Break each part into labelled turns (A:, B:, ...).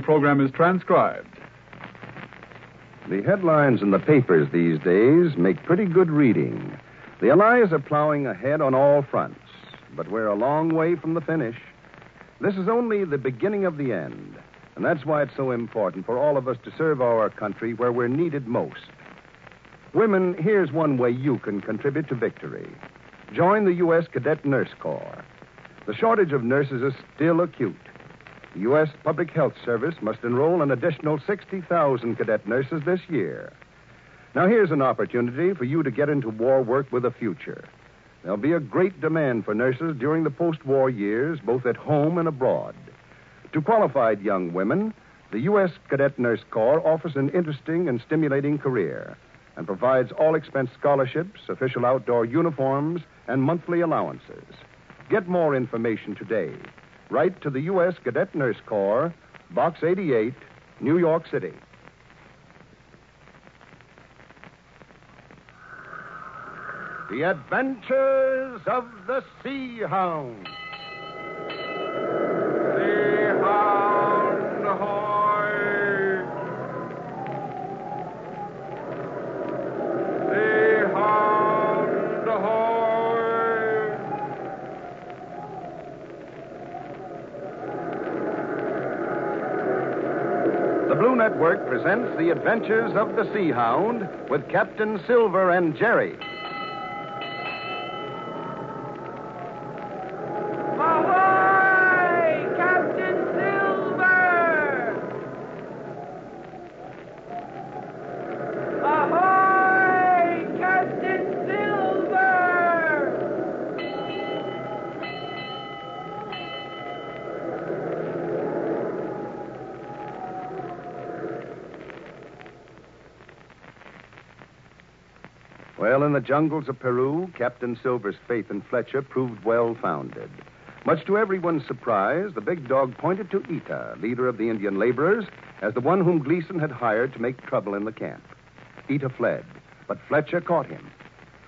A: program is transcribed.
B: The headlines in the papers these days make pretty good reading. The Allies are plowing ahead on all fronts, but we're a long way from the finish. This is only the beginning of the end, and that's why it's so important for all of us to serve our country where we're needed most. Women, here's one way you can contribute to victory join the U.S. Cadet Nurse Corps. The shortage of nurses is still acute. The U.S. Public Health Service must enroll an additional 60,000 cadet nurses this year. Now, here's an opportunity for you to get into war work with a future. There'll be a great demand for nurses during the post war years, both at home and abroad. To qualified young women, the U.S. Cadet Nurse Corps offers an interesting and stimulating career and provides all expense scholarships, official outdoor uniforms, and monthly allowances. Get more information today. Write to the U.S. Cadet Nurse Corps, Box 88, New York City. The Adventures of the Sea Hound. The Blue Network presents The Adventures of the Sea Hound with Captain Silver and Jerry.
C: Ahoy, Captain Silver! Ahoy, Captain Silver!
B: Well, in the jungles of Peru, Captain Silver's faith in Fletcher proved well founded. Much to everyone's surprise, the big dog pointed to Ita, leader of the Indian laborers, as the one whom Gleason had hired to make trouble in the camp. Ita fled, but Fletcher caught him.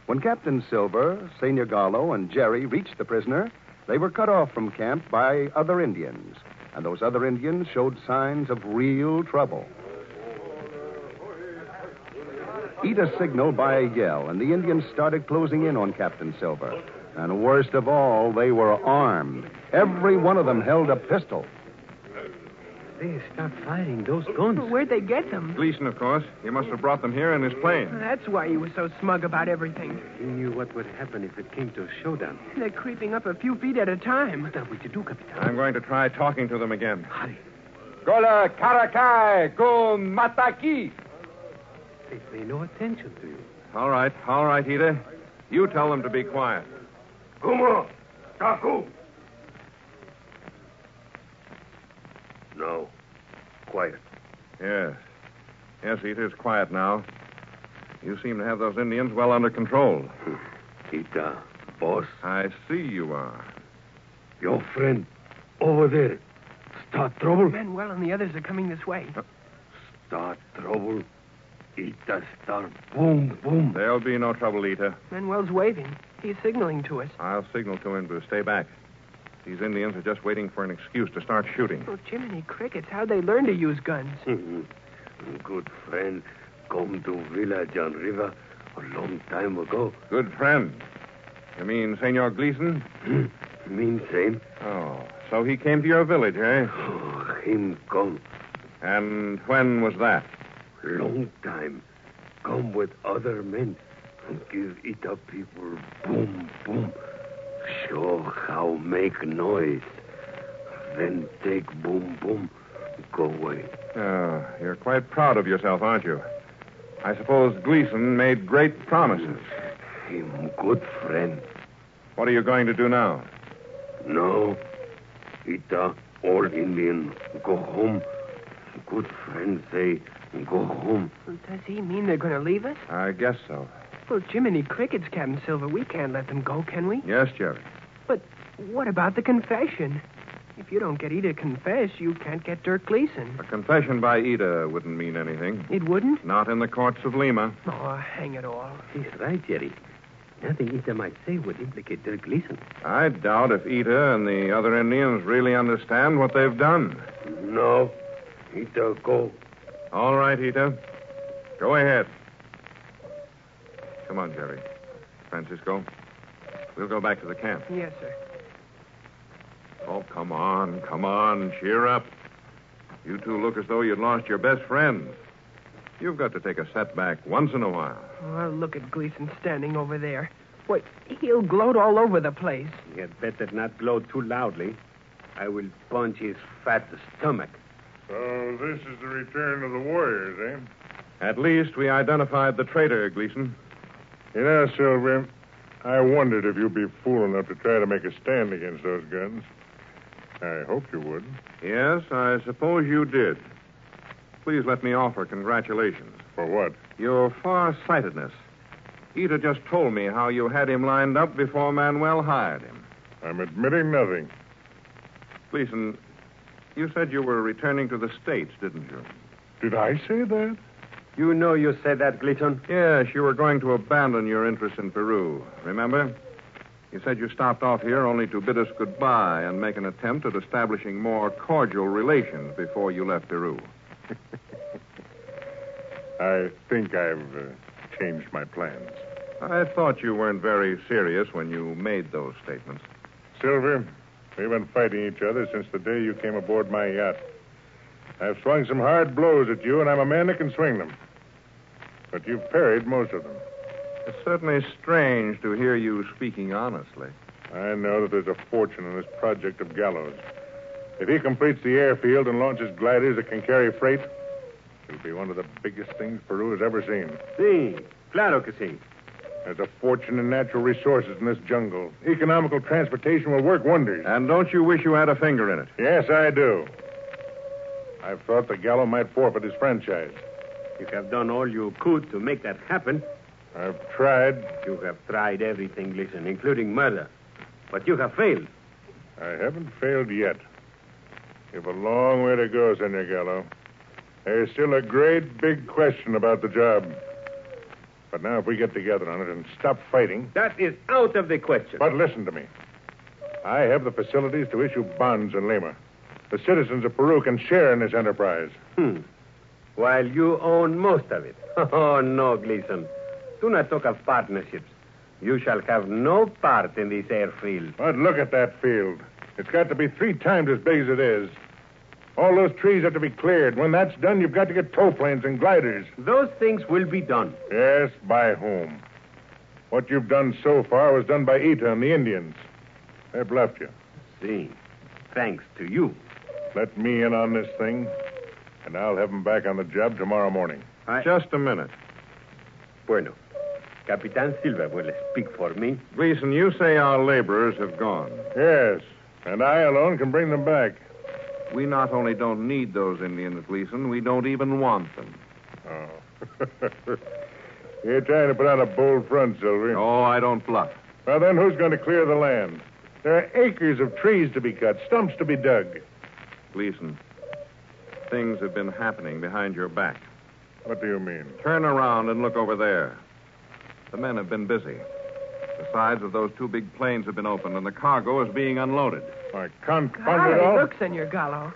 B: When Captain Silver, Senor Gallo, and Jerry reached the prisoner, they were cut off from camp by other Indians, and those other Indians showed signs of real trouble. Ida signaled by a yell, and the Indians started closing in on Captain Silver. And worst of all, they were armed. Every one of them held a pistol.
D: They stopped fighting those guns.
E: Where'd they get them?
A: Gleason, of course. He must have brought them here in his plane.
E: That's why he was so smug about everything.
D: He knew what would happen if it came to a showdown.
E: They're creeping up a few feet at a time.
D: What are we to do, Capitan?
A: I'm going to try talking to them again.
D: Hurry.
A: Gola Karakai, go Mataki.
D: They pay no attention to you.
A: All right, all right, Ida. You tell them to be quiet.
F: Kumo! Taku! No. Quiet.
A: Yes. Yes, Ida, it's quiet now. You seem to have those Indians well under control.
F: Ita, boss,
A: I see you are.
F: your friend over there. Start trouble?
E: Manuel and the others are coming this way.
F: Start trouble. Ita start boom, boom.
A: There'll be no trouble, Ita.
E: Manuel's waving. He's signaling to us.
A: I'll signal to him to stay back. These Indians are just waiting for an excuse to start shooting.
E: Oh, Jiminy Crickets, how'd they learn to use guns?
F: Mm-hmm. Good friend, come to village on river a long time ago.
A: Good friend. You mean Senor Gleason?
F: Hmm. mean same.
A: Oh, so he came to your village, eh?
F: Oh, him come
A: And when was that?
F: long time. Come with other men and give Ita people boom, boom. Show how make noise. Then take boom, boom. Go away.
A: Oh, you're quite proud of yourself, aren't you? I suppose Gleason made great promises.
F: Him good friend.
A: What are you going to do now?
F: No. Ita, all Indian, go home. Good friend say, go home.
E: Well, does he mean they're going to leave us?
A: I guess so.
E: Well, Jiminy Crickets, Captain Silver, we can't let them go, can we?
A: Yes, Jerry.
E: What about the confession? If you don't get Ida to confess, you can't get Dirk Gleason.
A: A confession by Ida wouldn't mean anything.
E: It wouldn't?
A: Not in the courts of Lima.
E: Oh, hang it all.
D: He's right, Jerry. Nothing Ita might say would implicate Dirk Gleason.
A: I doubt if Ida and the other Indians really understand what they've done.
F: No. Ita, go.
A: All right, Ita. Go ahead. Come on, Jerry. Francisco, we'll go back to the camp.
E: Yes, sir.
A: Oh, come on, come on. Cheer up. You two look as though you'd lost your best friends. You've got to take a setback once in a while.
E: Well, look at Gleason standing over there. Wait, he'll gloat all over the place.
F: You had better not blow too loudly. I will punch his fat stomach.
G: So Oh, this is the return of the warriors, eh?
A: At least we identified the traitor, Gleason.
G: You know, Silver, I wondered if you'd be fool enough to try to make a stand against those guns. I hoped you would.
A: Yes, I suppose you did. Please let me offer congratulations.
G: For what?
A: Your far-sightedness. Ita just told me how you had him lined up before Manuel hired him.
G: I'm admitting nothing.
A: Gleason, you said you were returning to the States, didn't you?
G: Did I say that?
F: You know you said that, Gleason.
A: Yes, you were going to abandon your interest in Peru, remember? You said you stopped off here only to bid us goodbye and make an attempt at establishing more cordial relations before you left Peru.
G: I think I've uh, changed my plans.
A: I thought you weren't very serious when you made those statements.
G: Silver, we've been fighting each other since the day you came aboard my yacht. I've swung some hard blows at you, and I'm a man that can swing them. But you've parried most of them.
A: It's certainly strange to hear you speaking honestly.
G: I know that there's a fortune in this project of Gallows. If he completes the airfield and launches gliders that can carry freight, it'll be one of the biggest things Peru has ever seen.
F: See, claro que sí.
G: There's a fortune in natural resources in this jungle. Economical transportation will work wonders.
A: And don't you wish you had a finger in it?
G: Yes, I do. I've thought the Gallo might forfeit his franchise.
F: You have done all you could to make that happen.
G: I've tried.
F: You have tried everything, Gleason, including murder. But you have failed.
G: I haven't failed yet. You've a long way to go, Senor Gallo. There's still a great big question about the job. But now, if we get together on it and stop fighting.
F: That is out of the question.
G: But listen to me. I have the facilities to issue bonds in Lima. The citizens of Peru can share in this enterprise.
F: Hmm. While you own most of it. Oh, no, Gleason. Do not talk of partnerships. You shall have no part in this airfield.
G: But look at that field. It's got to be three times as big as it is. All those trees have to be cleared. When that's done, you've got to get tow planes and gliders.
F: Those things will be done.
G: Yes, by whom? What you've done so far was done by Ita and the Indians. They bluffed you.
F: See, thanks to you.
G: Let me in on this thing, and I'll have 'em back on the job tomorrow morning.
F: I...
A: Just a minute.
F: Bueno. Capitan Silva will speak for me.
A: Gleason, you say our laborers have gone.
G: Yes, and I alone can bring them back.
A: We not only don't need those Indians, Gleason, we don't even want them.
G: Oh. You're trying to put on a bold front, Silver.
A: Oh, I don't bluff.
G: Well, then, who's going to clear the land? There are acres of trees to be cut, stumps to be dug.
A: Gleason, things have been happening behind your back.
G: What do you mean?
A: Turn around and look over there. The men have been busy. The sides of those two big planes have been opened, and the cargo is being unloaded.
G: My confound it
E: Golly,
G: all.
E: look, Senor Gallo.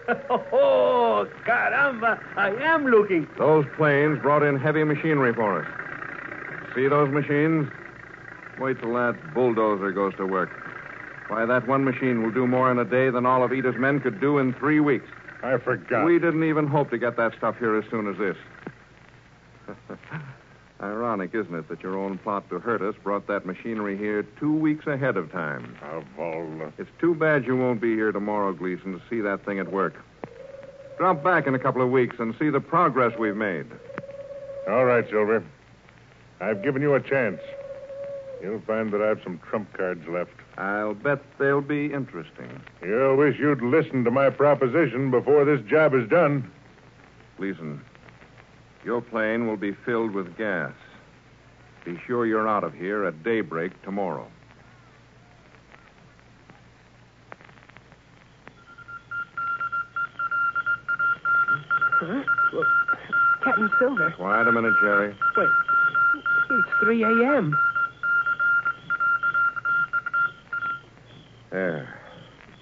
F: Oh, caramba. I am looking.
A: Those planes brought in heavy machinery for us. See those machines? Wait till that bulldozer goes to work. Why, that one machine will do more in a day than all of Eda's men could do in three weeks.
G: I forgot.
A: We didn't even hope to get that stuff here as soon as this. Ironic, isn't it, that your own plot to hurt us brought that machinery here two weeks ahead of time?
G: Of all the...
A: It's too bad you won't be here tomorrow, Gleason, to see that thing at work. Drop back in a couple of weeks and see the progress we've made.
G: All right, Silver. I've given you a chance. You'll find that I've some trump cards left.
A: I'll bet they'll be interesting.
G: You'll wish you'd listened to my proposition before this job is done.
A: Gleason, your plane will be filled with gas. Be sure you're out of here at daybreak tomorrow.
E: Captain Silver.
A: Quiet a minute, Jerry.
E: Wait, it's 3 a.m.
A: There.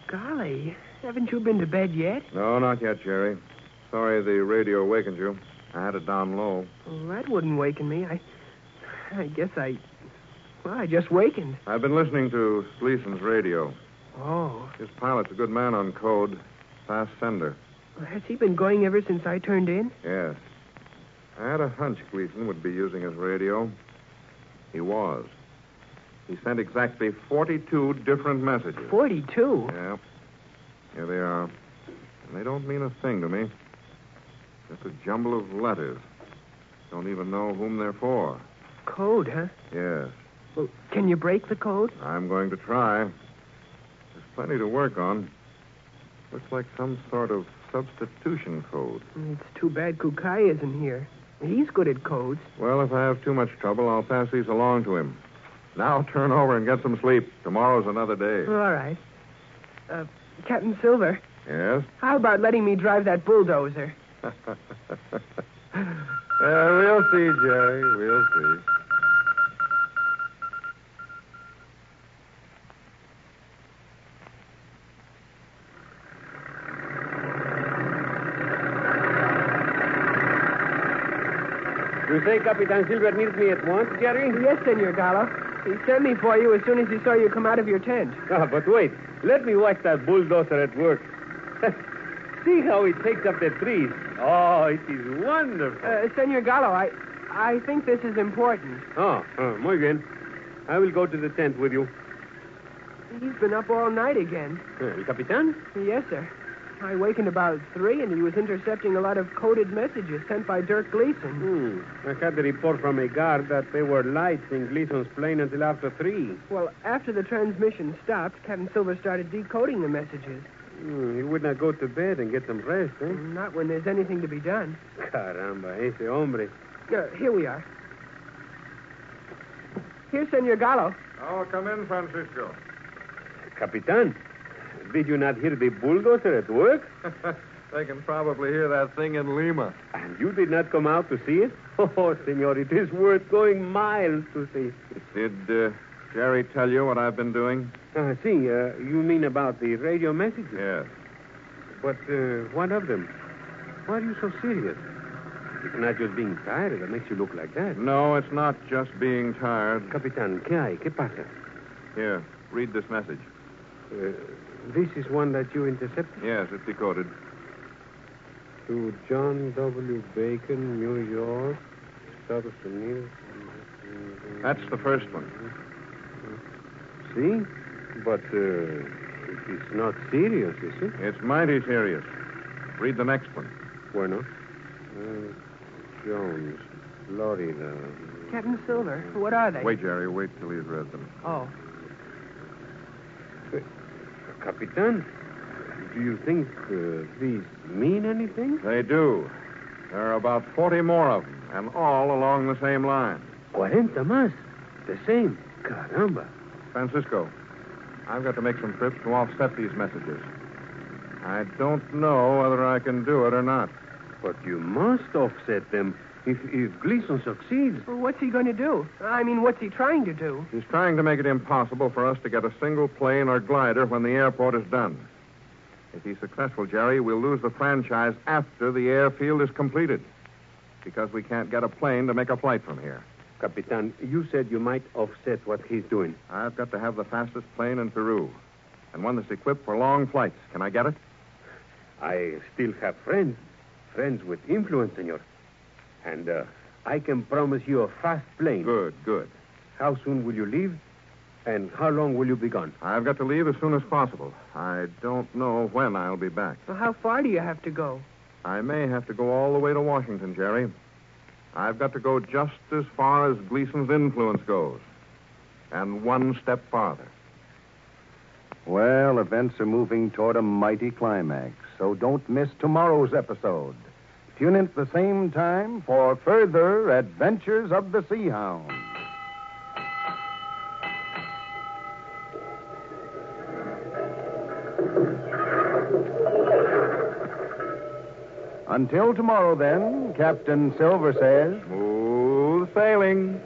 E: Golly, haven't you been to bed yet?
A: No, not yet, Jerry. Sorry the radio awakened you. I had it down low.
E: Well, that wouldn't waken me. I, I guess I, well, I just wakened.
A: I've been listening to Gleason's radio.
E: Oh,
A: His pilot's a good man on code. Fast sender.
E: well, has he been going ever since I turned in?
A: Yes. I had a hunch Gleason would be using his radio. He was. He sent exactly 42 different messages.
E: Forty-two.
A: Yeah. Here they are. And they don't mean a thing to me. Just a jumble of letters. Don't even know whom they're for.
E: Code, huh?
A: Yes.
E: Well, can you break the code?
A: I'm going to try. There's plenty to work on. Looks like some sort of substitution code.
E: It's too bad Kukai isn't here. He's good at codes.
A: Well, if I have too much trouble, I'll pass these along to him. Now turn over and get some sleep. Tomorrow's another day.
E: All right. Uh, Captain Silver,
A: Yes?
E: how about letting me drive that bulldozer?
A: Yeah, we'll see, Jerry. We'll see.
D: You say Capitan Silver needs me at once, Jerry?
E: Yes, Senor Gallo. He sent me for you as soon as he saw you come out of your tent.
D: Ah, but wait. Let me watch that bulldozer at work. See how it takes up the trees. Oh, it is wonderful.
E: Uh, Senor Gallo, I, I think this is important.
D: oh, uh, muy bien. I will go to the tent with you.
E: He's been up all night again.
D: Uh, El Capitan?
E: Yes, sir. I wakened about three, and he was intercepting a lot of coded messages sent by Dirk Gleason.
D: Hmm. I had the report from a guard that there were lights in Gleason's plane until after three.
E: Well, after the transmission stopped, Captain Silver started decoding the messages.
D: Hmm, he would not go to bed and get some rest, eh?
E: Not when there's anything to be done.
D: Caramba, ese hombre.
E: Uh, here we are. Here's Senor Gallo.
A: Oh, come in, Francisco.
D: Capitan, did you not hear the bulldozer at work?
A: they can probably hear that thing in Lima.
D: And you did not come out to see it? Oh, senor, it is worth going miles to see.
A: Did uh, Jerry tell you what I've been doing?
D: Uh, see, uh, you mean about the radio messages?
A: Yes.
D: But uh, what of them? Why are you so serious? It's not just being tired that makes you look like that.
A: No, it's not just being tired.
D: Capitan, ¿qué hay? ¿Qué pasa?
A: Here, read this message.
D: Uh, this is one that you intercepted
A: Yes, it's decoded.
D: to John W. Bacon, New York, Estados Unidos.
A: That's the first one.
D: See? But uh, it's not serious, is it?
A: It's mighty serious. Read the next one.
D: Bueno. Uh, Jones, Florida.
E: Captain Silver, what are they?
A: Wait, Jerry, wait till he's read them.
E: Oh,
D: Capitan, Uh, do you think uh, these mean anything?
A: They do. There are about 40 more of them, and all along the same line.
D: Cuarenta más. The same. Caramba.
A: Francisco, I've got to make some trips to offset these messages. I don't know whether I can do it or not.
D: But you must offset them if, if Gleason succeeds.
E: well, what's he going to do? I mean, what's he trying to do?
A: He's trying to make it impossible for us to get a single plane or glider when the airport is done. If he's successful, Jerry, we'll lose the franchise after the airfield is completed because we can't get a plane to make a flight from here.
D: Capitan, you said you might offset what he's doing.
A: I've got to have the fastest plane in Peru and one that's equipped for long flights. Can I get it?
D: I still have friends. Friends with influence, senor. And uh, I can promise you a fast plane.
A: Good, good.
D: How soon will you leave? And how long will you be gone?
A: I've got to leave as soon as possible. I don't know when I'll be back.
E: Well, how far do you have to go?
A: I may have to go all the way to Washington, Jerry. I've got to go just as far as Gleason's influence goes, and one step farther.
B: Well, events are moving toward a mighty climax, so don't miss tomorrow's episode. Tune in at the same time for further Adventures of the Sea Hound. Until tomorrow, then, Captain Silver says.
A: Smooth sailing.